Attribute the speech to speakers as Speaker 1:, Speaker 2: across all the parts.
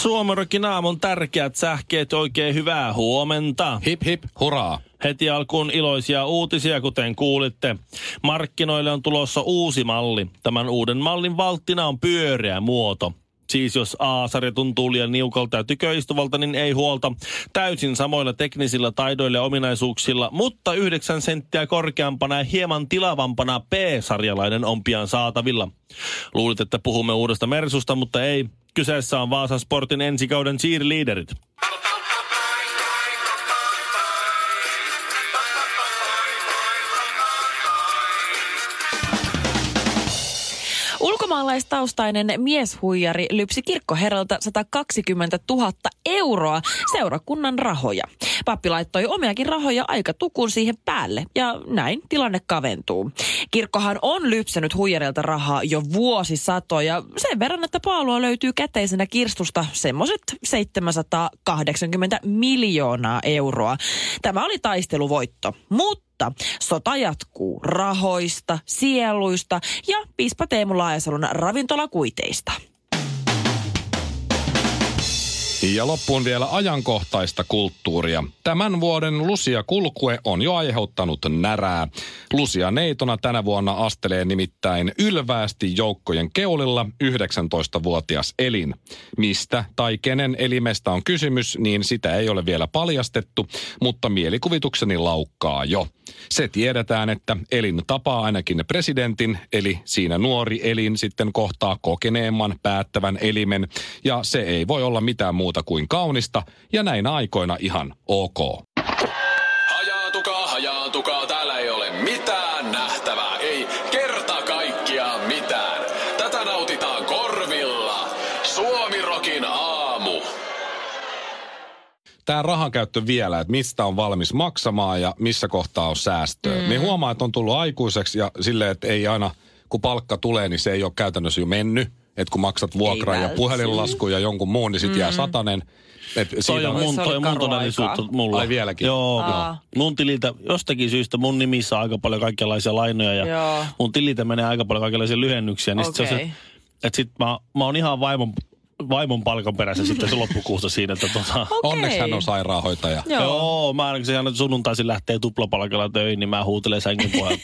Speaker 1: Suomarokin aamun tärkeät sähkeet, oikein hyvää huomenta.
Speaker 2: Hip hip, hurraa.
Speaker 1: Heti alkuun iloisia uutisia, kuten kuulitte. Markkinoille on tulossa uusi malli. Tämän uuden mallin valttina on pyöreä muoto. Siis jos A-sarja tuntuu liian niukalta ja tyköistuvalta, niin ei huolta. Täysin samoilla teknisillä taidoilla ja ominaisuuksilla, mutta 9 senttiä korkeampana ja hieman tilavampana B-sarjalainen on pian saatavilla. Luulit, että puhumme uudesta Mersusta, mutta ei. Kyseessä on Vaasan Sportin ensikauden cheerleaderit.
Speaker 3: Ulkomaalaistaustainen mieshuijari lypsi kirkkoherralta 120 000 euroa seurakunnan rahoja. Pappi laittoi omiakin rahoja aika tukun siihen päälle ja näin tilanne kaventuu. Kirkkohan on lypsänyt huijarilta rahaa jo vuosisatoja sen verran, että paalua löytyy käteisenä kirstusta semmoiset 780 miljoonaa euroa. Tämä oli taisteluvoitto, mutta mutta sota jatkuu rahoista, sieluista ja piispa Teemu Laajasalon ravintolakuiteista.
Speaker 2: Ja loppuun vielä ajankohtaista kulttuuria. Tämän vuoden Lusia Kulkue on jo aiheuttanut närää. Lusia neitona tänä vuonna astelee nimittäin ylväästi joukkojen keulilla 19-vuotias Elin. Mistä tai kenen elimestä on kysymys, niin sitä ei ole vielä paljastettu, mutta mielikuvitukseni laukkaa jo. Se tiedetään, että Elin tapaa ainakin presidentin, eli siinä nuori Elin sitten kohtaa kokeneemman päättävän elimen, ja se ei voi olla mitään muuta kuin kaunista, ja näin aikoina ihan ok.
Speaker 4: Hajaantukaa, hajaantukaa, täällä ei ole mitään nähtävää, ei kerta kaikkiaan mitään. Tätä nautitaan korvilla. Suomirokin aamu.
Speaker 2: tämä rahankäyttö vielä, että mistä on valmis maksamaan ja missä kohtaa on säästöä. Mm. Niin huomaa, että on tullut aikuiseksi ja silleen, että ei aina, kun palkka tulee, niin se ei ole käytännössä jo mennyt. Että kun maksat vuokran ja
Speaker 3: välttämättä.
Speaker 2: puhelinlaskun ja jonkun muun, niin sit mm. jää satanen. Et
Speaker 1: Toi
Speaker 2: siinä
Speaker 1: on
Speaker 3: Oi,
Speaker 1: mun,
Speaker 3: se
Speaker 1: toi
Speaker 3: oli
Speaker 1: on mun
Speaker 3: karua
Speaker 1: todellisuutta
Speaker 3: aikaa.
Speaker 1: mulla.
Speaker 2: Ai vieläkin?
Speaker 1: Joo,
Speaker 3: Aa.
Speaker 1: joo. Mun tililtä, jostakin syystä mun nimissä on aika paljon kaikenlaisia lainoja ja
Speaker 3: Joo.
Speaker 1: mun tililtä menee aika paljon kaikenlaisia lyhennyksiä. Niin sit se on se,
Speaker 3: Okei.
Speaker 1: että sit mä, mä oon ihan vaimon, vaimon palkan perässä sitten se loppukuusta siinä, että tota...
Speaker 3: Okei.
Speaker 2: Onneksi hän on sairaanhoitaja.
Speaker 3: Joo.
Speaker 1: Joo, mä ainakin se aina sunnuntaisin lähtee tuplapalkalla töihin, niin mä huutelen sängyn puolella.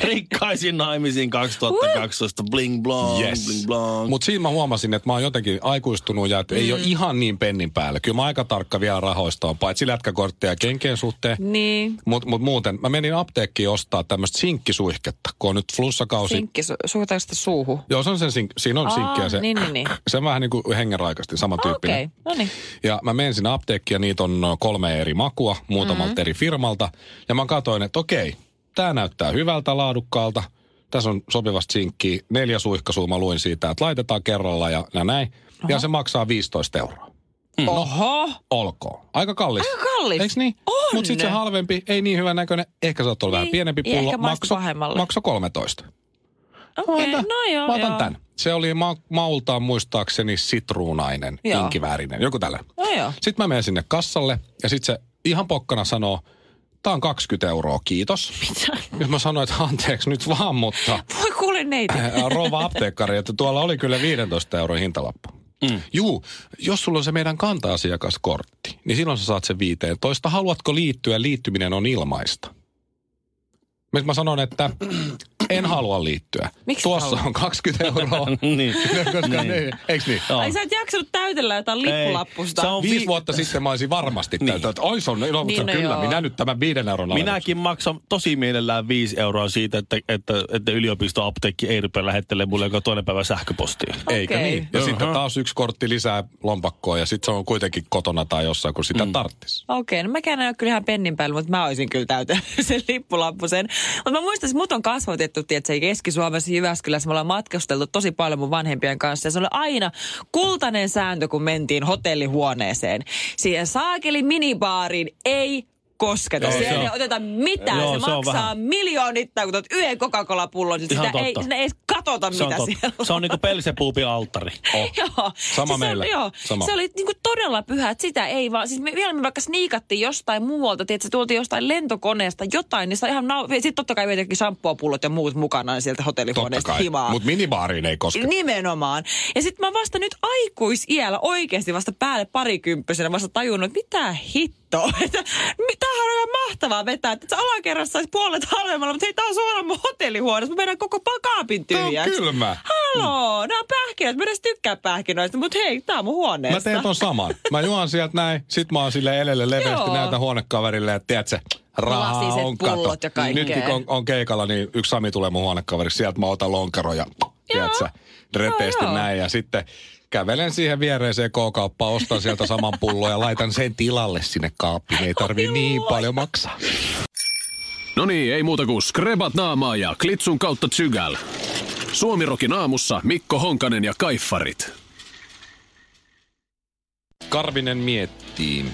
Speaker 1: Rikkaisiin naimisiin 2012, bling blong, yes. bling blong.
Speaker 2: Mutta siinä mä huomasin, että mä oon jotenkin aikuistunut ja että ei
Speaker 3: Mm.
Speaker 2: ole ihan niin pennin päällä. Kyllä mä aika tarkka vielä rahoista on, paitsi lätkäkortteja kenkien suhteen.
Speaker 3: Niin.
Speaker 2: Mutta mut muuten, mä menin apteekkiin ostaa tämmöistä sinkkisuihketta, kun on nyt flussakausi.
Speaker 3: Sinkki su- suhtautuu sitä suuhun.
Speaker 2: Joo, se on sen sink, siinä on
Speaker 3: Aa,
Speaker 2: sinkkiä se.
Speaker 3: niin, niin, niin.
Speaker 2: Se on vähän niin kuin hengenraikasti, sama tyyppinen.
Speaker 3: Okei, no niin.
Speaker 2: Ja mä menen sinne apteekkiin ja niitä on kolme eri makua muutamalta mm-hmm. eri firmalta. Ja mä katsoin, että okei, tämä näyttää hyvältä, laadukkaalta. Tässä on sopivasti sinkkiä. Neljä suihkasua mä luin siitä, että laitetaan kerralla ja, ja näin. Oho. Ja se maksaa 15 euroa.
Speaker 3: Mm. Oho,
Speaker 2: Olkoon. Aika kallis.
Speaker 3: Aika kallis.
Speaker 2: Eiks niin?
Speaker 3: On.
Speaker 2: Mutta sitten se halvempi, ei niin hyvän näköinen. Ehkä sä oot ollut vähän
Speaker 3: Niin,
Speaker 2: pienempi
Speaker 3: ja
Speaker 2: pullo.
Speaker 3: ehkä maistu pahemmalle.
Speaker 2: makso 13.
Speaker 3: okei,
Speaker 2: Mä otan-
Speaker 3: no joo,
Speaker 2: Mä otan
Speaker 3: joo.
Speaker 2: tämän. Se oli ma- maultaan muistaakseni sitruunainen,
Speaker 3: Joo.
Speaker 2: inkiväärinen, joku tällä.
Speaker 3: No joo.
Speaker 2: Sitten mä menen sinne kassalle ja sitten se ihan pokkana sanoo, tää on 20 euroa, kiitos. Mitä? Nyt mä sanoin, että anteeksi nyt vaan, mutta
Speaker 3: Voi kuule neiti.
Speaker 2: ää, rouva apteekkari, että tuolla oli kyllä 15 euron hintalappu. Mm. Juu, jos sulla on se meidän kanta-asiakaskortti, niin silloin sä saat sen 15. Haluatko liittyä? Liittyminen on ilmaista. Mä- Mä sanon, että en halua liittyä.
Speaker 3: Miksi
Speaker 2: Tuossa
Speaker 3: haluat?
Speaker 2: on 20 euroa.
Speaker 1: niin.
Speaker 2: Koska niin. ne, eiks niin?
Speaker 1: Joo.
Speaker 3: Ai sä et jaksanut täytellä jotain lippulappusta.
Speaker 1: Se on
Speaker 2: Viisi
Speaker 1: vi-
Speaker 2: vuotta sitten mä olisin varmasti niin. että oi se on ilo,
Speaker 3: No,
Speaker 2: niin,
Speaker 3: Niin, no
Speaker 2: no kyllä,
Speaker 3: joo.
Speaker 2: minä nyt tämän viiden euron alennuksen.
Speaker 1: Minäkin maksan tosi mielellään 5 euroa siitä, että, että, että yliopistoapteekki ei rupea lähettelemään mulle joka toinen päivä sähköpostia.
Speaker 2: Eikö
Speaker 3: Okei.
Speaker 2: niin? Ja
Speaker 1: Jaha.
Speaker 2: sitten taas yksi kortti lisää lompakkoa ja sitten se on kuitenkin kotona tai jossain, kun sitä mm. tarttis.
Speaker 3: Okei, no mäkään en ole kyllä ihan pennin päällä, mutta mä olisin kyllä täytellyt sen lippulappusen. Mutta mä muistan, että mut on kasvatettu, tiedätkö, Keski-Suomessa Jyväskylässä. Me ollaan matkusteltu tosi paljon mun vanhempien kanssa. Ja se oli aina kultainen sääntö, kun mentiin hotellihuoneeseen. Siihen saakeli minibaariin ei kosketa.
Speaker 1: Joo,
Speaker 3: Joo,
Speaker 1: se
Speaker 3: Siellä ei
Speaker 1: on-
Speaker 3: oteta mitään.
Speaker 1: Joo,
Speaker 3: Joo, se,
Speaker 1: se on
Speaker 3: maksaa
Speaker 1: vähän-
Speaker 3: miljoonittain, kun tuot yhden Coca-Cola-pullon. niin
Speaker 1: Ihan
Speaker 3: Sitä ei,
Speaker 1: totta.
Speaker 3: sinä ei edes katsota,
Speaker 1: Se on,
Speaker 3: mitä siellä
Speaker 1: totta.
Speaker 3: on. Siis
Speaker 1: se on niinku pelsepuupin alttari.
Speaker 2: Oh.
Speaker 3: Joo.
Speaker 2: Sama
Speaker 3: se
Speaker 2: meillä.
Speaker 3: Oli, joo.
Speaker 2: Sama.
Speaker 3: Se oli niinku todella pyhä, että sitä ei vaan. Siis me, vielä me vaikka sniikattiin jostain muualta, tiedätkö, tultiin jostain lentokoneesta jotain, niin se ihan nau... Sitten totta kai vietettiin samppuapullot ja muut mukanaan sieltä
Speaker 2: Totta
Speaker 3: hotellihuoneesta
Speaker 2: kai.
Speaker 3: himaa.
Speaker 2: Mutta minibaariin ei koske.
Speaker 3: Nimenomaan. Ja sitten mä vasta nyt aikuisiällä oikeasti vasta päälle parikymppisenä vasta tajunnut, että mitä hittoa. Että mi- Tämähän on ihan mahtavaa vetää, että se alakerrassa saisi puolet halvemmalla, mutta hei, tää on suoraan mun hotellihuoneessa. Mä menen koko pakaapin
Speaker 2: Tää on
Speaker 3: tyhjäksi.
Speaker 2: kylmä.
Speaker 3: Haloo, nämä on pähkinät. Mä en edes tykkää pähkinöistä, mutta hei, tää on mun
Speaker 2: Mä
Speaker 3: huoneesta.
Speaker 2: teen ton saman. Mä juon sieltä näin, sit mä oon sille elelle leveästi,
Speaker 3: Joo.
Speaker 2: näytän huonekaverille, että tiedät se, rahaa
Speaker 3: Lasiset
Speaker 2: on kato.
Speaker 3: pullot ja kaikkea.
Speaker 2: Nytkin kun on, on, keikalla, niin yksi Sami tulee mun huonekaveriksi, sieltä mä otan lonkeron ja tiedät sä, repeästi
Speaker 3: Joo, joo.
Speaker 2: näin ja sitten kävelen siihen viereiseen K-kauppaan, ostan sieltä saman pullon ja laitan sen tilalle sinne kaappiin. Ei tarvii niin paljon maksaa.
Speaker 4: No niin, ei muuta kuin skrebat naamaa ja klitsun kautta tsygäl. Suomirokin aamussa Mikko Honkanen ja Kaiffarit.
Speaker 2: Karvinen miettii,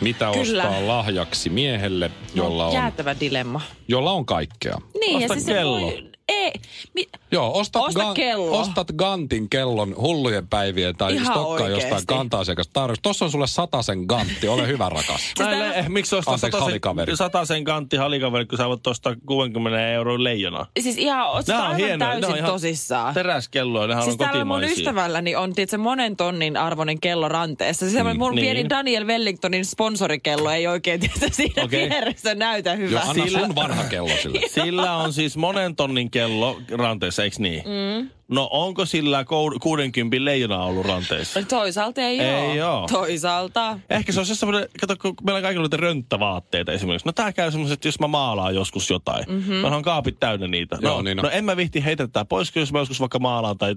Speaker 2: mitä
Speaker 3: Kyllä. No,
Speaker 2: ostaa lahjaksi miehelle, jolla on,
Speaker 3: Jäätävä dilemma.
Speaker 2: jolla on kaikkea.
Speaker 3: Niin,
Speaker 1: Osta
Speaker 3: se
Speaker 1: kello.
Speaker 3: Voi... Ei, mi...
Speaker 2: Joo, ostat,
Speaker 3: Osta kello.
Speaker 2: ostat Gantin kellon hullujen päivien tai
Speaker 3: Ihan
Speaker 2: stokkaa
Speaker 3: oikeesti.
Speaker 2: jostain kanta-asiakas tarjous. Tossa on sulle sataisen Gantti, ole hyvä rakas.
Speaker 3: Siis
Speaker 1: Näille,
Speaker 3: tämä-
Speaker 1: eh, miksi ostaa
Speaker 2: Anteeksi, halikaveri.
Speaker 1: sataisen, sataisen kantti halikaveri, kun sä voit ostaa 60 euroa leijonaa?
Speaker 3: siis ihan, oot sä aivan täysin tosissaan.
Speaker 1: Teräskelloja, nehän
Speaker 3: Siis
Speaker 1: on
Speaker 3: täällä mun
Speaker 1: kotimaisia.
Speaker 3: ystävälläni on tietysti monen tonnin arvoinen kello ranteessa. Siis mm, mun
Speaker 1: niin.
Speaker 3: niin. pieni Daniel Wellingtonin sponsorikello ei oikein tietysti siinä
Speaker 1: Okei.
Speaker 3: okay. vieressä näytä
Speaker 2: Joo,
Speaker 3: hyvältä.
Speaker 2: anna
Speaker 1: Sillä-
Speaker 2: sun vanha kello sille.
Speaker 1: Sillä on siis monen tonnin kello ranteessa, eikö niin? Mm. No onko sillä kou- 60 leijona ollut ranteessa?
Speaker 3: Toisaalta ei,
Speaker 1: Ei oo.
Speaker 3: oo. Toisaalta.
Speaker 1: Ehkä se on se semmoinen, kato, kun meillä kaikilla on niitä rönttävaatteita esimerkiksi. No tää käy semmoiset, että jos mä maalaan joskus jotain. Mm-hmm. Mä on kaapit täynnä niitä.
Speaker 2: Joo,
Speaker 1: no,
Speaker 2: niin on.
Speaker 1: no, en mä vihti heitä tätä pois, kun jos mä joskus vaikka maalaan tai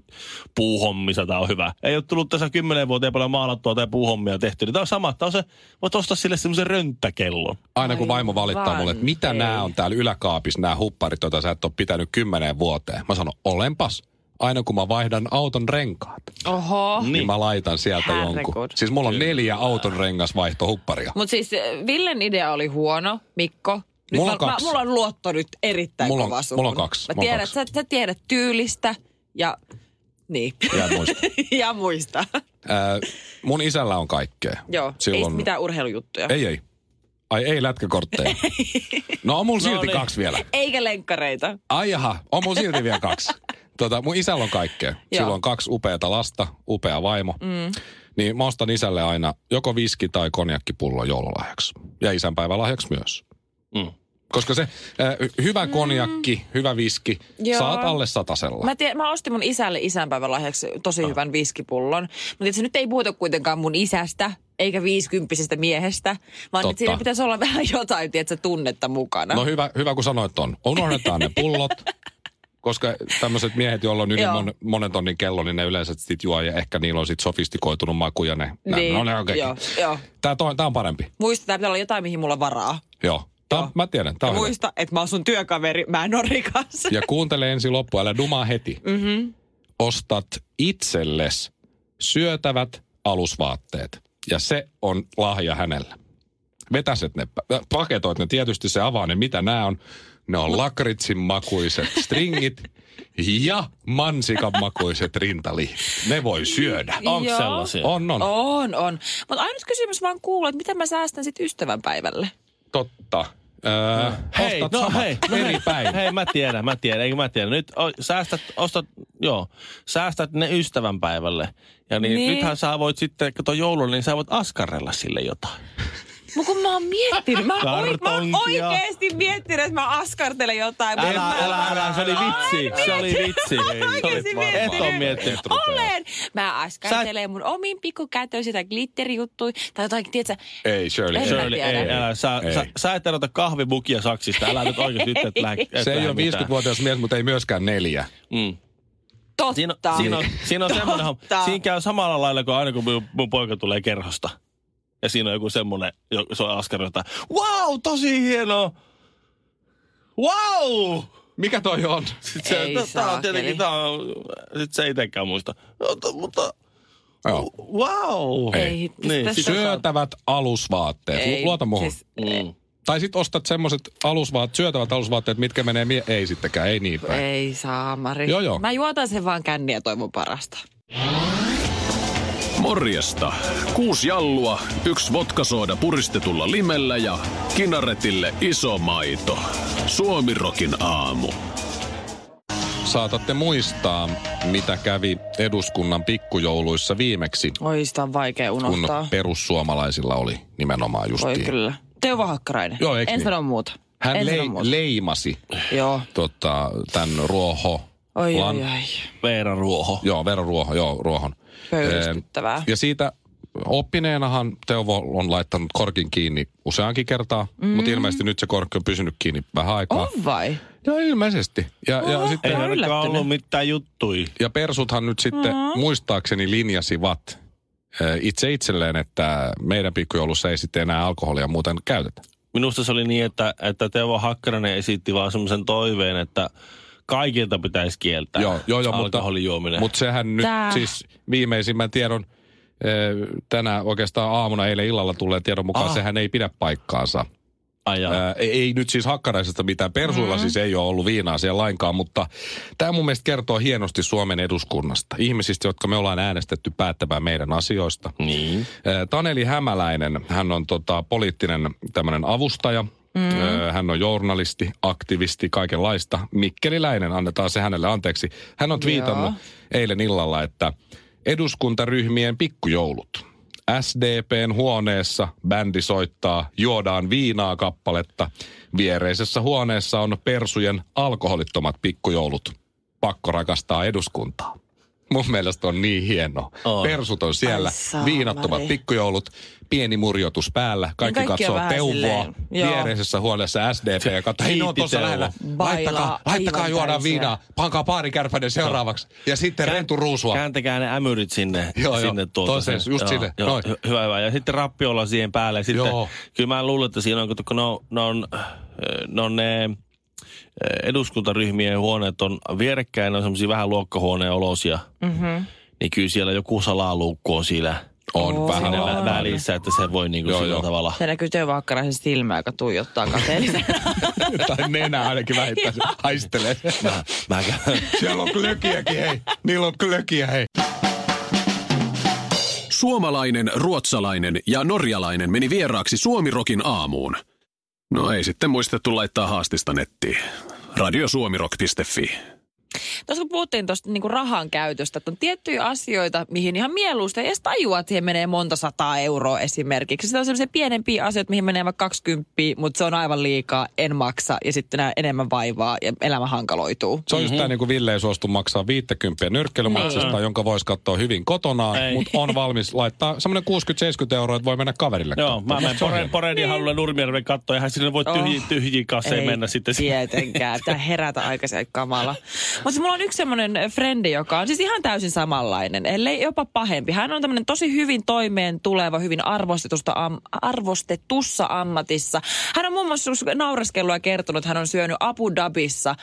Speaker 1: puuhommissa, tää on hyvä. Ei ole tullut tässä kymmenen vuoteen paljon maalattua tai puuhommia tehty. Niin tää on sama, tää on se, voit ostaa sille semmoisen rönttäkellon.
Speaker 2: Aina kun vaimo valittaa
Speaker 3: Aivan,
Speaker 2: mulle, että mitä
Speaker 3: ei.
Speaker 2: nämä on täällä yläkaapissa, nämä hupparit, joita sä et ole pitänyt kymmeneen vuoteen. Mä sanon, olenpas. Aina kun mä vaihdan auton renkaat,
Speaker 3: Ah.
Speaker 2: niin,
Speaker 3: Oho.
Speaker 1: Niin.
Speaker 2: niin mä laitan sieltä
Speaker 3: Herregud.
Speaker 2: jonkun. Siis mulla on neljä auton rengasvaihtohupparia.
Speaker 3: Mutta siis eh, Villen idea oli huono, Mikko. Nyt
Speaker 2: Mulla on
Speaker 3: mä- mä,
Speaker 2: kaksi.
Speaker 3: mulla on luotto nyt erittäin
Speaker 2: Mulla on-
Speaker 3: kova suhun.
Speaker 2: mulla on kaksi,
Speaker 3: Mä
Speaker 2: mulla on
Speaker 3: tiedän,
Speaker 2: kaksi.
Speaker 3: Sä, sä tiedät tyylistä ja... Niin.
Speaker 2: Jää muista.
Speaker 3: ja muista.
Speaker 2: Ää, mun isällä on kaikkea.
Speaker 3: Joo. Silloin... Ei
Speaker 2: Silloin...
Speaker 3: sit mitään urheilujuttuja.
Speaker 2: Ei, ei. Ai ei lätkäkortteja. No on mun silti
Speaker 1: niin.
Speaker 2: kaksi vielä.
Speaker 3: Eikä lenkkareita.
Speaker 2: Ai jaha, on mun silti vielä kaksi. Tota, mun isällä on kaikkea. Sillä
Speaker 3: Joo.
Speaker 2: on kaksi upeata lasta, upea vaimo. Mm. Niin mä ostan isälle aina joko viski tai konjakkipullo joululahjaksi. Ja isänpäivälahjaksi myös.
Speaker 1: Mm.
Speaker 2: Koska se äh, hyvä konjakki, hyvä viski, Joo.
Speaker 3: Joo.
Speaker 2: saat alle satasella.
Speaker 3: Mä, tiedän, mä ostin mun isälle isänpäivän lahjaksi tosi
Speaker 2: Ah.
Speaker 3: hyvän viskipullon. Mutta se nyt ei puhuta kuitenkaan mun isästä eikä viisikymppisestä miehestä, vaan
Speaker 2: Totta.
Speaker 3: Totta. siinä pitäisi olla vähän jotain, tiedätkö, tunnetta mukana.
Speaker 2: No hyvä, hyvä kun sanoit on. Unohdetaan ne pullot. Koska tämmöiset miehet, joilla on yli
Speaker 3: Joo.
Speaker 2: mon, monen tonnin kello, niin ne yleensä sit juo ja ehkä niillä on sit sofistikoitunut maku ja ne. Niin.
Speaker 3: Niin,
Speaker 2: No, ne on kaikki.
Speaker 3: joo, joo.
Speaker 2: Tää, to, tää on parempi.
Speaker 3: Muistetaan, pitää olla jotain, mihin mulla on varaa.
Speaker 2: Joo. Tää, on- Mä tiedän, tää
Speaker 3: Ja
Speaker 2: on hyvä.
Speaker 3: muista, että mä oon sun työkaveri, mä en ole rikas.
Speaker 2: Ja kuuntele ensin loppu, älä dumaa heti. Mm-hmm. Ostat itselles syötävät alusvaatteet. Ja se on lahja hänellä. Vetäset ne, pa- paketoit ne tietysti, se avaa ne, mitä nämä on. Ne on lakritsin makuiset stringit ja mansikan makuiset rintaliivit. Ne voi syödä.
Speaker 1: Onko
Speaker 3: Joo.
Speaker 1: sellaisia?
Speaker 2: On, on.
Speaker 3: On, on. Mutta ainut kysymys vaan kuuluu, että mitä mä säästän sitten ystävänpäivälle?
Speaker 2: Totta. Öö,
Speaker 1: Hei,
Speaker 2: ostat
Speaker 1: no
Speaker 2: samat
Speaker 1: hei, no
Speaker 2: eri
Speaker 1: hei,
Speaker 2: päin.
Speaker 1: Hei, mä tiedän, mä tiedän, eikö mä tiedän. Nyt o, säästät, ostat, joo, säästät ne ystävänpäivälle. Ja niin, niin.
Speaker 3: Niin.
Speaker 1: nythän sä voit sitten, kato jouluna, niin sä voit askarella sille jotain.
Speaker 3: Mut kun mä oon miettinyt, mä oon, oi, mä oon
Speaker 1: Kartonkia.
Speaker 3: oikeesti miettinyt, että mä askartelen jotain. niin.
Speaker 1: Älä,
Speaker 3: mutta
Speaker 1: älä,
Speaker 3: mä-
Speaker 1: älä, älä, se oli vitsi, se oli vitsi. Se oli-
Speaker 3: Oikeesti miettinyt.
Speaker 1: Et on miettinyt.
Speaker 3: Olen! Mä askartelen mun omin pikkukätöisiä tai glitterijuttui tai jotain, tiedätkö?
Speaker 2: Ei, Shirley.
Speaker 3: Ei,
Speaker 2: ei.
Speaker 1: Shirley, ei,
Speaker 3: tiedä.
Speaker 1: älä, sä,
Speaker 2: Ei.
Speaker 1: sä, sä et erota kahvimukia saksista, älä nyt oikeasti nyt et lähde. et
Speaker 2: Se ei
Speaker 1: lähde
Speaker 2: ole
Speaker 1: mitään.
Speaker 2: 50-vuotias mies, mutta ei myöskään neljä.
Speaker 1: Mm.
Speaker 3: Totta.
Speaker 1: Siinä, on- siinä on, siinä on semmoinen homma.
Speaker 3: Totta.
Speaker 1: Siinä käy samalla lailla kuin aina, kun mun, mun poika tulee kerhosta. Ja siinä on joku semmoinen, jo- se on askari jotain. Wow, tosi hienoa! Wow!
Speaker 2: Mikä toi on?
Speaker 1: Sitten
Speaker 3: Ei
Speaker 1: se, tämä
Speaker 3: saakeli.
Speaker 1: on tietenkin, tämä on, sit se ei itsekään muista. Mutta, mutta
Speaker 2: Joo.
Speaker 1: wow!
Speaker 2: Ei.
Speaker 3: hitti,
Speaker 1: Niin,
Speaker 3: tässä-
Speaker 2: Siis Syötävät alusvaatteet. Lu- Luota muuhun.
Speaker 3: Siis,
Speaker 1: Mm.
Speaker 2: Tai sit ostat semmoset alusvaat, syötävät alusvaatteet, mitkä menee mie- Ei sittenkään, ei niin päin.
Speaker 3: ei saa, Mari.
Speaker 2: Joo, joo.
Speaker 3: Mä juotan sen vaan känniä ja toivon parasta.
Speaker 4: Morjesta. Kuusi jallua, yksi vodkasooda puristetulla limellä ja kinaretille iso maito. Suomirokin aamu.
Speaker 2: Saatatte muistaa, mitä kävi eduskunnan pikkujouluissa viimeksi,
Speaker 3: Oi, sitä on vaikea
Speaker 2: kun
Speaker 3: unohtaa.
Speaker 2: perussuomalaisilla oli nimenomaan
Speaker 3: Oi
Speaker 2: justiin.
Speaker 3: kyllä. Teuvo Hakkarainen.
Speaker 2: Joo, eiks
Speaker 3: en
Speaker 2: niin?
Speaker 3: sano muuta.
Speaker 2: Hän
Speaker 3: en
Speaker 2: lei,
Speaker 3: sano muuta.
Speaker 2: leimasi
Speaker 3: Joo.
Speaker 2: tota, tämän ruoho.
Speaker 3: Oi,
Speaker 2: lan-
Speaker 3: oi, oi.
Speaker 2: Ah.
Speaker 1: Veera Ruoho.
Speaker 2: Joo, veroruoho, joo, ruohon.
Speaker 3: Pöyristyttävää.
Speaker 2: Ee, Ja siitä oppineenahan Teuvo on laittanut korkin kiinni useankin kertaa, mm. mutta ilmeisesti nyt se korkki on pysynyt kiinni vähän aikaa.
Speaker 3: On vai?
Speaker 2: Joo, ilmeisesti. Ja, ja,
Speaker 3: Oh. Oho.
Speaker 2: sitten,
Speaker 1: Ei
Speaker 3: Mä oon
Speaker 1: ainakaan
Speaker 3: yllättynyt.
Speaker 1: ollut mitään juttui.
Speaker 2: ja persuthan nyt sitten mm-hmm. muistaakseni linjasivat ö, itse itselleen, että meidän pikkujoulussa ei sitten enää alkoholia muuten käytetä.
Speaker 1: Minusta se oli niin, että, että Teuvo Hakkarainen esitti vaan semmoisen toiveen, että kaikilta pitäisi kieltää
Speaker 2: Joo, joo, joo, mutta,
Speaker 1: alkoholijuominen.
Speaker 2: mutta sehän nyt
Speaker 3: Tää.
Speaker 2: siis viimeisimmän tiedon ö, tänä oikeastaan aamuna, eilen illalla tulee tiedon mukaan,
Speaker 1: Ah.
Speaker 2: sehän ei pidä paikkaansa.
Speaker 1: Ajaa.
Speaker 2: Ää, ei, ei nyt siis hakkaraisesta mitään. Persuilla mm. siis ei ole ollut viinaa siellä lainkaan, mutta tämä mun mielestä kertoo hienosti Suomen eduskunnasta. Ihmisistä, jotka me ollaan äänestetty päättämään meidän asioista.
Speaker 1: Niin.
Speaker 2: Ää, Taneli Hämäläinen, hän on tota, poliittinen tämmöinen avustaja. Mm. Hän on journalisti, aktivisti, kaikenlaista. Mikkeliläinen, annetaan se hänelle anteeksi. Hän on twiitannut eilen illalla, että eduskuntaryhmien pikkujoulut. SDPn huoneessa bändi soittaa, juodaan viinaa kappaletta. Viereisessä huoneessa on persujen alkoholittomat pikkujoulut. Pakko rakastaa eduskuntaa. Mun mielestä on niin hieno.
Speaker 1: On.
Speaker 2: Persut on siellä,
Speaker 3: Ai saamari. Niin
Speaker 2: viinattomat pikkujoulut, pieni murjotus päällä. Kaikki,
Speaker 3: kaikki on
Speaker 2: katsoo
Speaker 3: vähän
Speaker 2: Teuvoa,
Speaker 3: silleen, joo.
Speaker 2: viereisessä huoneessa SDP ja katsoo, hei ne on tuossa
Speaker 1: Kiitti, Teuvo.
Speaker 2: lähellä.
Speaker 3: Bailaa
Speaker 2: Laittakaa,
Speaker 3: aivan
Speaker 2: laittakaa juodaan
Speaker 3: täysiä.
Speaker 2: viinaa, pankaa paarikärpäinen seuraavaksi. Ja sitten Rentu Ruusua.
Speaker 1: Kääntäkää ne ämyrit sinne,
Speaker 2: Joo, joo.
Speaker 1: sinne tuolta.
Speaker 2: Toiseen,
Speaker 1: sen-
Speaker 2: just sinne.
Speaker 1: Joo,
Speaker 2: Noin.
Speaker 1: hy- hyvä, hyvä. Ja sitten rappiolla siihen päälle. Sitten,
Speaker 2: Joo.
Speaker 1: Kyllä mä luulen, että siinä on, kun ne on, ne on, äh, ne, on ne äh, eduskuntaryhmien huoneet on vierekkäin, ne on semmoisia vähän luokkahuoneen olosia. Mm-hmm. Niin kyllä siellä joku salaluukku on siellä,
Speaker 2: On
Speaker 3: Oo.
Speaker 2: vähän
Speaker 3: Sinne
Speaker 1: siellä
Speaker 3: Aivan.
Speaker 2: ala-
Speaker 1: välissä, että se voi niinku
Speaker 2: Joo,
Speaker 1: sillä
Speaker 2: joo.
Speaker 1: tavalla.
Speaker 3: Se näkyy Teuvo Hakkaraisen silmää, joka tuijottaa kateellisena.
Speaker 2: tai nenä ainakin väittäisi, haistelee.
Speaker 1: No, Mä käyn.
Speaker 2: Siellä on klökiäkin, hei. Niillä on klökiä, hei.
Speaker 4: Suomalainen, ruotsalainen ja norjalainen meni vieraaksi Suomirokin aamuun. No ei sitten muistettu laittaa haastista nettiin. Radiosuomirok.fi.
Speaker 3: Tuossa kun puhuttiin tuosta niinku rahan käytöstä, että on tiettyjä asioita, mihin ihan mieluusti ei edes tajua, että siihen menee monta sataa euroa esimerkiksi. Sitä on sellaisia pienempiä asioita, mihin menee vaikka 20, mutta se on aivan liikaa, en maksa ja sitten nää enemmän vaivaa ja elämä hankaloituu.
Speaker 2: Se on
Speaker 1: Mhm.
Speaker 2: just tää niin kuin Ville ei suostu maksaa 50 nyrkkeilymatsasta, jonka voisi katsoa hyvin kotonaan,
Speaker 1: Niin. Ei.
Speaker 2: mutta on valmis laittaa semmoinen 60-70 euroa, että voi mennä kaverille.
Speaker 1: Joo, mä menen
Speaker 2: Se on
Speaker 1: Poren, Poren niin. haluan Nurmijärven katsoa. Eihän sinne voi tyhjiin,
Speaker 3: Oh.
Speaker 1: tyhjiin kasseja mennä sitten.
Speaker 3: Tietenkään, pitää herätä aikaisin aika kamala. Mutta mulla on yksi semmoinen frendi, joka on siis ihan täysin samanlainen, ellei jopa pahempi. Hän on tämmöinen tosi hyvin toimeen tuleva, hyvin arvostetusta am, arvostetussa ammatissa. Hän on muun muassa naureskellut ja kertonut, että hän on syönyt Abu Dhabissa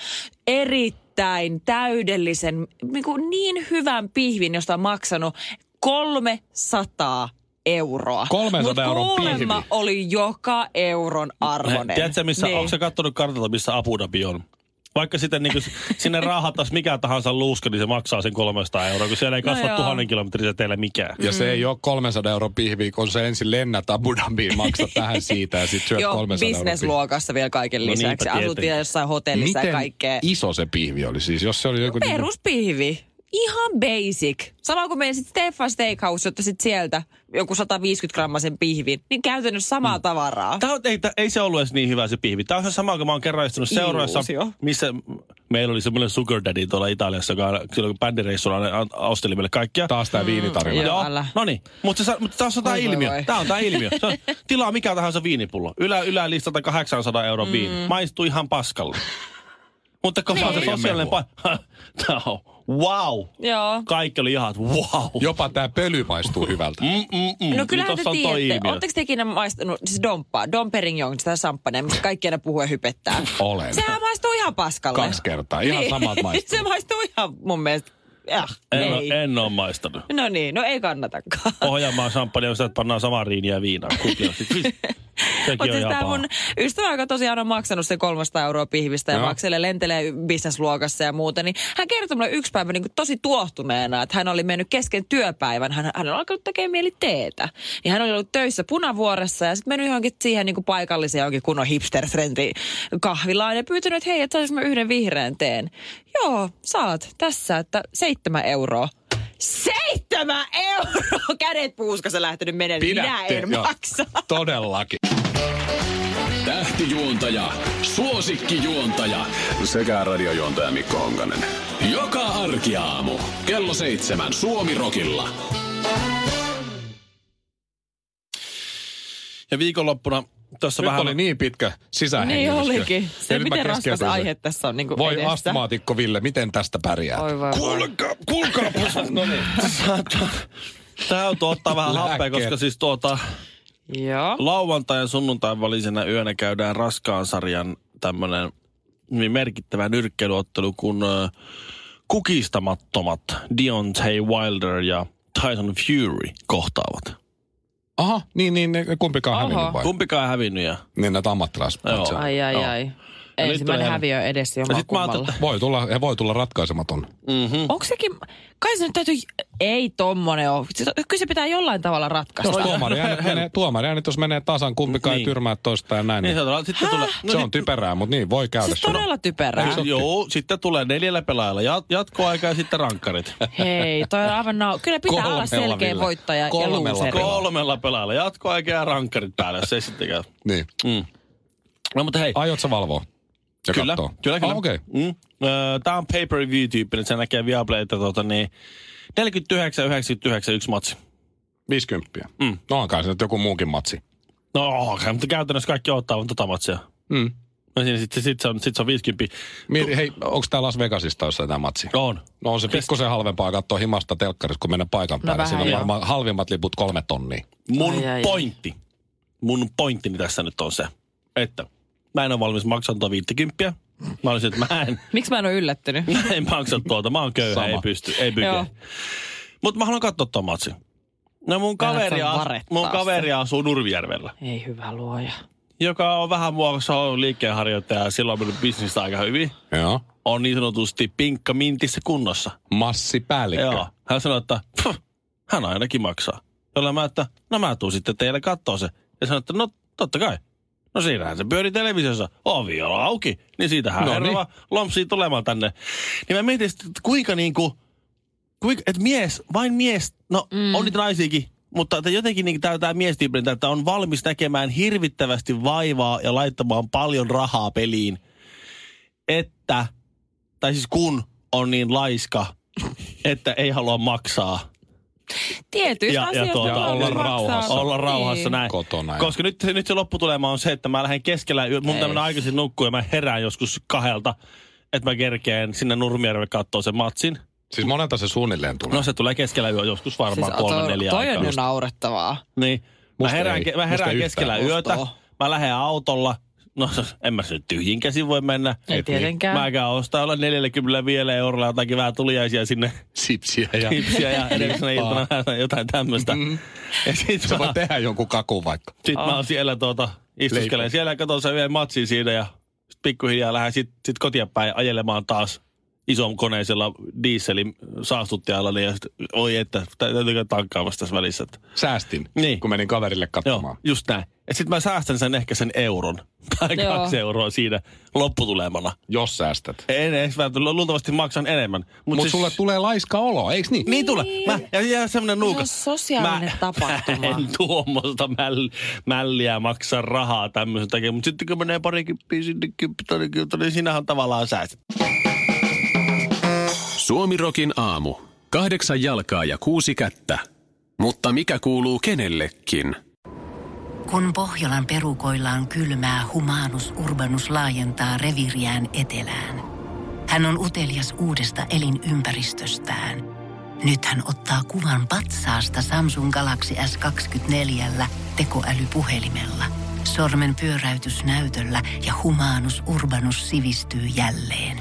Speaker 3: erittäin täydellisen, niin, kuin niin hyvän pihvin, josta on maksanut 300 euroa.
Speaker 2: 300
Speaker 3: Mut
Speaker 2: euron
Speaker 3: kuulemma
Speaker 2: pihvi.
Speaker 3: oli joka euron arvoinen.
Speaker 1: Tiedätkö, missä, niin. onko se kattonut kartalta, missä Abu Dhabi on? Vaikka sitten niin sinne raahattaisi mikä tahansa luuska, niin se maksaa sen 300 euroa, kun siellä ei
Speaker 3: No
Speaker 1: kasva
Speaker 3: joo.
Speaker 1: tuhannen kilometriä teillä mikään.
Speaker 2: Ja se ei ole 300 euro pihviä, kun se ensin lennät Abu Dhabiin, maksa tähän siitä ja sitten syöt
Speaker 3: Joo,
Speaker 2: 300 euron
Speaker 3: bisnesluokassa vielä kaiken
Speaker 1: No
Speaker 3: lisäksi.
Speaker 1: niinpä
Speaker 3: Asut
Speaker 1: tietenkin.
Speaker 3: vielä jossain
Speaker 2: pihviä.
Speaker 3: hotellissa ja
Speaker 2: Miten
Speaker 3: kaikkea.
Speaker 2: iso se pihvi oli siis? Jos se oli joku... niinku-
Speaker 3: Peruspihvi. Ihan basic. Sama kuin menin sitten Stefan Steakhouse, jotta sit sieltä joku 150 grammasen pihvin, niin käytännössä
Speaker 2: Mm.
Speaker 3: samaa tavaraa.
Speaker 1: Tämä on, ei, tää- ei, se ollut edes niin hyvä se pihvi. Tämä on se sama, kun mä oon kerran istunut seuraessa,
Speaker 3: Illuusio.
Speaker 1: missä meillä oli semmoinen sugar daddy tuolla Italiassa, joka aina- silloin kun bändireissulla aina an- osteli meille kaikkia.
Speaker 2: Taas tämä viinitarina.
Speaker 3: Joo,
Speaker 1: Joo,
Speaker 3: älä.
Speaker 1: no niin. Mutta mut tässä on tämä
Speaker 3: Voi, voi,
Speaker 1: ilmiö.
Speaker 3: voi.
Speaker 1: Tämä on tämä ilmiö. Se on, tilaa mikä tahansa viinipullo. Ylä, ylälistalta 800 euron viini. Maistuu ihan paskalle. Mutta kun se on se
Speaker 2: Niin.
Speaker 1: sosiaalinen pa... Tämä on wow.
Speaker 3: Joo.
Speaker 2: Mm,
Speaker 1: Kaikki oli ihan, että wow.
Speaker 2: Jopa tämä pöly maistuu hyvältä.
Speaker 1: Mm, mm, mm.
Speaker 2: niin
Speaker 3: No kyllähän te
Speaker 1: Tossa on toi
Speaker 3: tiedätte.
Speaker 1: ilmiö.
Speaker 3: Oletteko te ikinä maistanut siis domppaa, Dom Perignon, sitä samppanea, mistä kaikki aina puhuu ja hypettää?
Speaker 2: Olen.
Speaker 3: Sehän maistuu ihan paskalle. Niin.
Speaker 2: Kaksi kertaa. Ihan samat maistuu. no
Speaker 3: Se maistuu ihan mun mielestä. Äh,
Speaker 1: En,
Speaker 3: ei.
Speaker 1: ole, en ole maistanut.
Speaker 3: No niin, no ei kannatakaan.
Speaker 1: Pohjanmaan champagne, josta pannaan samaa riiniä ja viinaa. Kupia. siis- Sekin on
Speaker 3: Mutta
Speaker 1: ihan
Speaker 3: tämä
Speaker 1: paha.
Speaker 3: siis mun ystävä, joka tosiaan on maksanut se 300 euroa pihvistä ja
Speaker 2: Joo.
Speaker 3: makselee lentelee bisnesluokassa ja muuta, niin hän kertoi mulle yksi päivä niin kuin tosi tuohtuneena, että hän oli mennyt kesken työpäivän, hän, hän on alkanut tekemään mieli teetä. Ja hän oli ollut töissä punavuoressa ja sitten mennyt johonkin siihen niin kuin paikalliseen johonkin kunnon hipster kahvilaan ja pyytänyt, että hei, että saisinko mä yhden vihreän teen. Joo, saat tässä, että seitsemän euroa. Seitsemän euroa! Kädet puuskassa lähtenyt menemään. Minä en
Speaker 2: joo.
Speaker 3: maksa.
Speaker 2: Todellakin.
Speaker 4: Tähtijuontaja, suosikkijuontaja sekä radiojuontaja Mikko Honkanen. Joka arkiaamu kello seitsemän Suomirokilla.
Speaker 1: Ja viikonloppuna tässä
Speaker 2: Nyt
Speaker 1: vähän...
Speaker 2: oli niin pitkä
Speaker 3: Niin
Speaker 2: sisähengitys.
Speaker 3: olikin. Se, miten raskas aihe tässä on niin kuin
Speaker 2: Voi
Speaker 3: edessä.
Speaker 2: astmaatikko Ville, miten tästä pärjää?
Speaker 3: Oi voi voi.
Speaker 2: Kuulkaa, kuulkaa. no niin.
Speaker 1: Täytyy ottaa vähän happea,
Speaker 2: Lääkkeet.
Speaker 1: koska siis tuota,
Speaker 3: Joo.
Speaker 1: lauantai ja sunnuntain välisenä yönä käydään raskaan sarjan tämmöinen hyvin merkittävä nyrkkeilyottelu, kun ö, kukistamattomat Deontay Wilder ja Tyson Fury kohtaavat.
Speaker 2: Aha, niin, niin, ne- kumpikaan
Speaker 3: Oho.
Speaker 2: hävinnyt vai?
Speaker 1: Kumpikaan ei hävinnyt ja...
Speaker 2: Niin näitä ammattilaismatseja.
Speaker 1: Joo.
Speaker 3: Ai ai
Speaker 1: Joo.
Speaker 3: ai.
Speaker 1: Ja
Speaker 3: Ensimmäinen
Speaker 1: nyt on
Speaker 3: häviö edes
Speaker 1: Ja sit mä ajattelin,
Speaker 3: jommakummalla.
Speaker 1: että-
Speaker 2: Voi tulla, he voi tulla ratkaisematon.
Speaker 1: Mm-hmm.
Speaker 3: Onko sekin, kai se nyt täytyy, ei tommonen ole. Siis Kyllä se pitää jollain tavalla
Speaker 2: Jos
Speaker 3: ratkaista.
Speaker 2: tuomari äänet, menee, tuomari äänet, jos menee tasan, kumpikaan ei
Speaker 1: Niin.
Speaker 2: tyrmää toista ja näin.
Speaker 1: Niin
Speaker 2: Niin.
Speaker 1: se, No tulee- sitten tulee,
Speaker 2: Se on typerää, mutta niin voi käydä.
Speaker 3: Siis todella typerää.
Speaker 1: No, joo, sitten tulee neljällä pelaajalla jat- jatkoaika ja sitten rankkarit.
Speaker 3: Hei, toi on aivan nao. Kyllä pitää olla
Speaker 2: Kolmella,
Speaker 3: selkeä
Speaker 2: Ville.
Speaker 3: voittaja
Speaker 2: Kolmella.
Speaker 3: ja luuseri.
Speaker 2: Ko-
Speaker 1: Kolmella pelaajalla jatkoaika ja rankkarit päällä, jos ei sitten käy.
Speaker 2: Niin.
Speaker 1: Mm. No mutta hei,
Speaker 2: Aiot sä valvoa? Ja
Speaker 1: kyllä,
Speaker 2: kattoo?
Speaker 1: kyllä, kyllä.
Speaker 2: Ah, Okei.
Speaker 1: mm. Tämä on pay-per-view-tyyppinen, se näkee Viaplayta tota, niin 49-99 yksi matsi.
Speaker 2: 50. Mm. No onkaan se nyt joku muunkin matsi.
Speaker 1: No okay, mutta käytännössä kaikki ottaa vaan tota matsia.
Speaker 2: Mm.
Speaker 1: No siinä sitten sit se, on, sit se on 50.
Speaker 2: Mieti, hei, onko tää Las Vegasista, jos tämä matsi?
Speaker 1: On.
Speaker 2: No on se pikkusen halvempaa katsoa himasta telkkarissa, kun mennä paikan
Speaker 1: No
Speaker 2: päälle.
Speaker 3: vähän
Speaker 2: Siinä on
Speaker 3: joo.
Speaker 2: varmaan halvimmat liput kolme tonnia.
Speaker 1: Mun
Speaker 3: Ai, ai, ai.
Speaker 1: pointti, mun pointtini tässä nyt on se, että mä en ole valmis maksamaan tuota 50. Mä olisin, että mä en,
Speaker 3: Miksi mä en ole yllättynyt?
Speaker 1: mä en maksa tuota, mä oon köyhä,
Speaker 2: Sama.
Speaker 1: ei pysty, ei pyke.
Speaker 3: Joo.
Speaker 1: Mutta mä haluan katsoa tuon matsin. No mun
Speaker 3: Älä
Speaker 1: kaveri,
Speaker 3: saa
Speaker 1: asu,
Speaker 3: varettaa
Speaker 1: mun kaveri asuu Nurmijärvellä,
Speaker 3: Ei hyvä luoja.
Speaker 1: joka on vähän muodossa ollut liikkeenharjoittaja ja silloin on mennyt bisnistä aika hyvin.
Speaker 2: Joo.
Speaker 1: On niin sanotusti pinkka mintissä kunnossa.
Speaker 2: Massipäällikkö.
Speaker 1: Joo. Hän sanoi, että "Puh, hän ainakin maksaa. Jolla mä, että no mä tuun sitten teille kattoo se. Ja sanoi, että no totta kai. No siinähän se pyöri televisiossa. Ovi on auki. Niin siitähän
Speaker 2: No
Speaker 1: no, niin. lompsii tulemaan tänne. Niin mä mietin sitten, että kuinka niinku, kuinka, että mies, vain mies, no mm. on niitä naisiakin, mutta että jotenkin niin tämä miestyyppinen, että on valmis näkemään hirvittävästi vaivaa ja laittamaan paljon rahaa peliin, että, tai siis kun on niin laiska, että ei halua maksaa,
Speaker 3: Tietyistä
Speaker 1: Ja- ja
Speaker 3: asioista
Speaker 1: tuota,
Speaker 3: täytyy
Speaker 2: olla
Speaker 3: maksaa.
Speaker 2: rauhassa.
Speaker 1: olla rauhassa
Speaker 3: Niin.
Speaker 1: näin.
Speaker 2: Kotona.
Speaker 1: Koska nyt, se- nyt se lopputulema on se, että mä lähden keskellä, yö- mun
Speaker 3: Ei.
Speaker 1: tämmöinen aikaisin nukkuu ja mä herään joskus kahdelta, että mä kerkeen sinne Nurmijärvelle katsoa sen matsin.
Speaker 2: Siis monelta se suunnilleen tulee.
Speaker 1: No se tulee keskellä yötä joskus varmaan siis, kolme,
Speaker 3: toi-
Speaker 1: neljä
Speaker 3: Toi on
Speaker 1: aikaa.
Speaker 3: jo naurettavaa.
Speaker 1: Niin. Mä
Speaker 2: Musta
Speaker 1: herään,
Speaker 2: ei.
Speaker 1: ke- mä
Speaker 2: Musta
Speaker 1: herään
Speaker 2: ei
Speaker 1: keskellä
Speaker 2: yhtään.
Speaker 1: yötä. Mä lähden autolla. No en mä se nyt tyhjin käsin voi mennä.
Speaker 3: Ei tietenkään.
Speaker 1: Mä käyn ostaa olla 45 eurolla jotakin vähän tuliaisia sinne.
Speaker 2: Sipsiä ja...
Speaker 1: Tipsiä ja edellisenä iltana vähän jotain tämmöistä. Ja sit
Speaker 2: Sä
Speaker 1: mä,
Speaker 2: voit tehdä jonkun kakun vaikka.
Speaker 1: sit mä oon siellä tuota, istuskelen
Speaker 2: Leipä.
Speaker 1: siellä ja katon sen yhden matsin siinä ja sit pikkuhiljaa lähden sit, sit kotia päin ajelemaan taas ison koneisella dieselin saastuttajalla. Niin ja sit, oi että, tä- täytyykö tankkaa vasta tässä välissä. Että.
Speaker 2: Säästin,
Speaker 1: Niin.
Speaker 2: kun menin kaverille
Speaker 1: Joo,
Speaker 2: katsomaan.
Speaker 1: just näin. Ja sit mä säästän sen ehkä sen euron tai
Speaker 3: Joo.
Speaker 1: kaksi euroa siinä lopputulemana.
Speaker 2: Jos säästät.
Speaker 1: En edes välttämättä, luultavasti maksan enemmän. Mut
Speaker 2: Mutta siis... sulle tulee laiska olo, eikö niin?
Speaker 1: Niin tulee. Mä, ja jää semmonen nuuka.
Speaker 3: Se on sosiaalinen tapahtuma.
Speaker 1: Mä en tuommoista mäll, mälliä maksa rahaa tämmöisen takia. Mutta sitten kun menee parikymppiä sinne kymppitonne, niin sinähän on tavallaan säästet.
Speaker 4: Suomirokin aamu. Kahdeksan jalkaa ja kuusi kättä. Mutta mikä kuuluu kenellekin?
Speaker 5: Kun Pohjolan perukoillaan kylmää, humanus urbanus laajentaa reviriään etelään. Hän on utelias uudesta elinympäristöstään. Nyt hän ottaa kuvan patsaasta Samsung Galaxy S24 tekoälypuhelimella. Sormen pyöräytys näytöllä ja humanus urbanus sivistyy jälleen.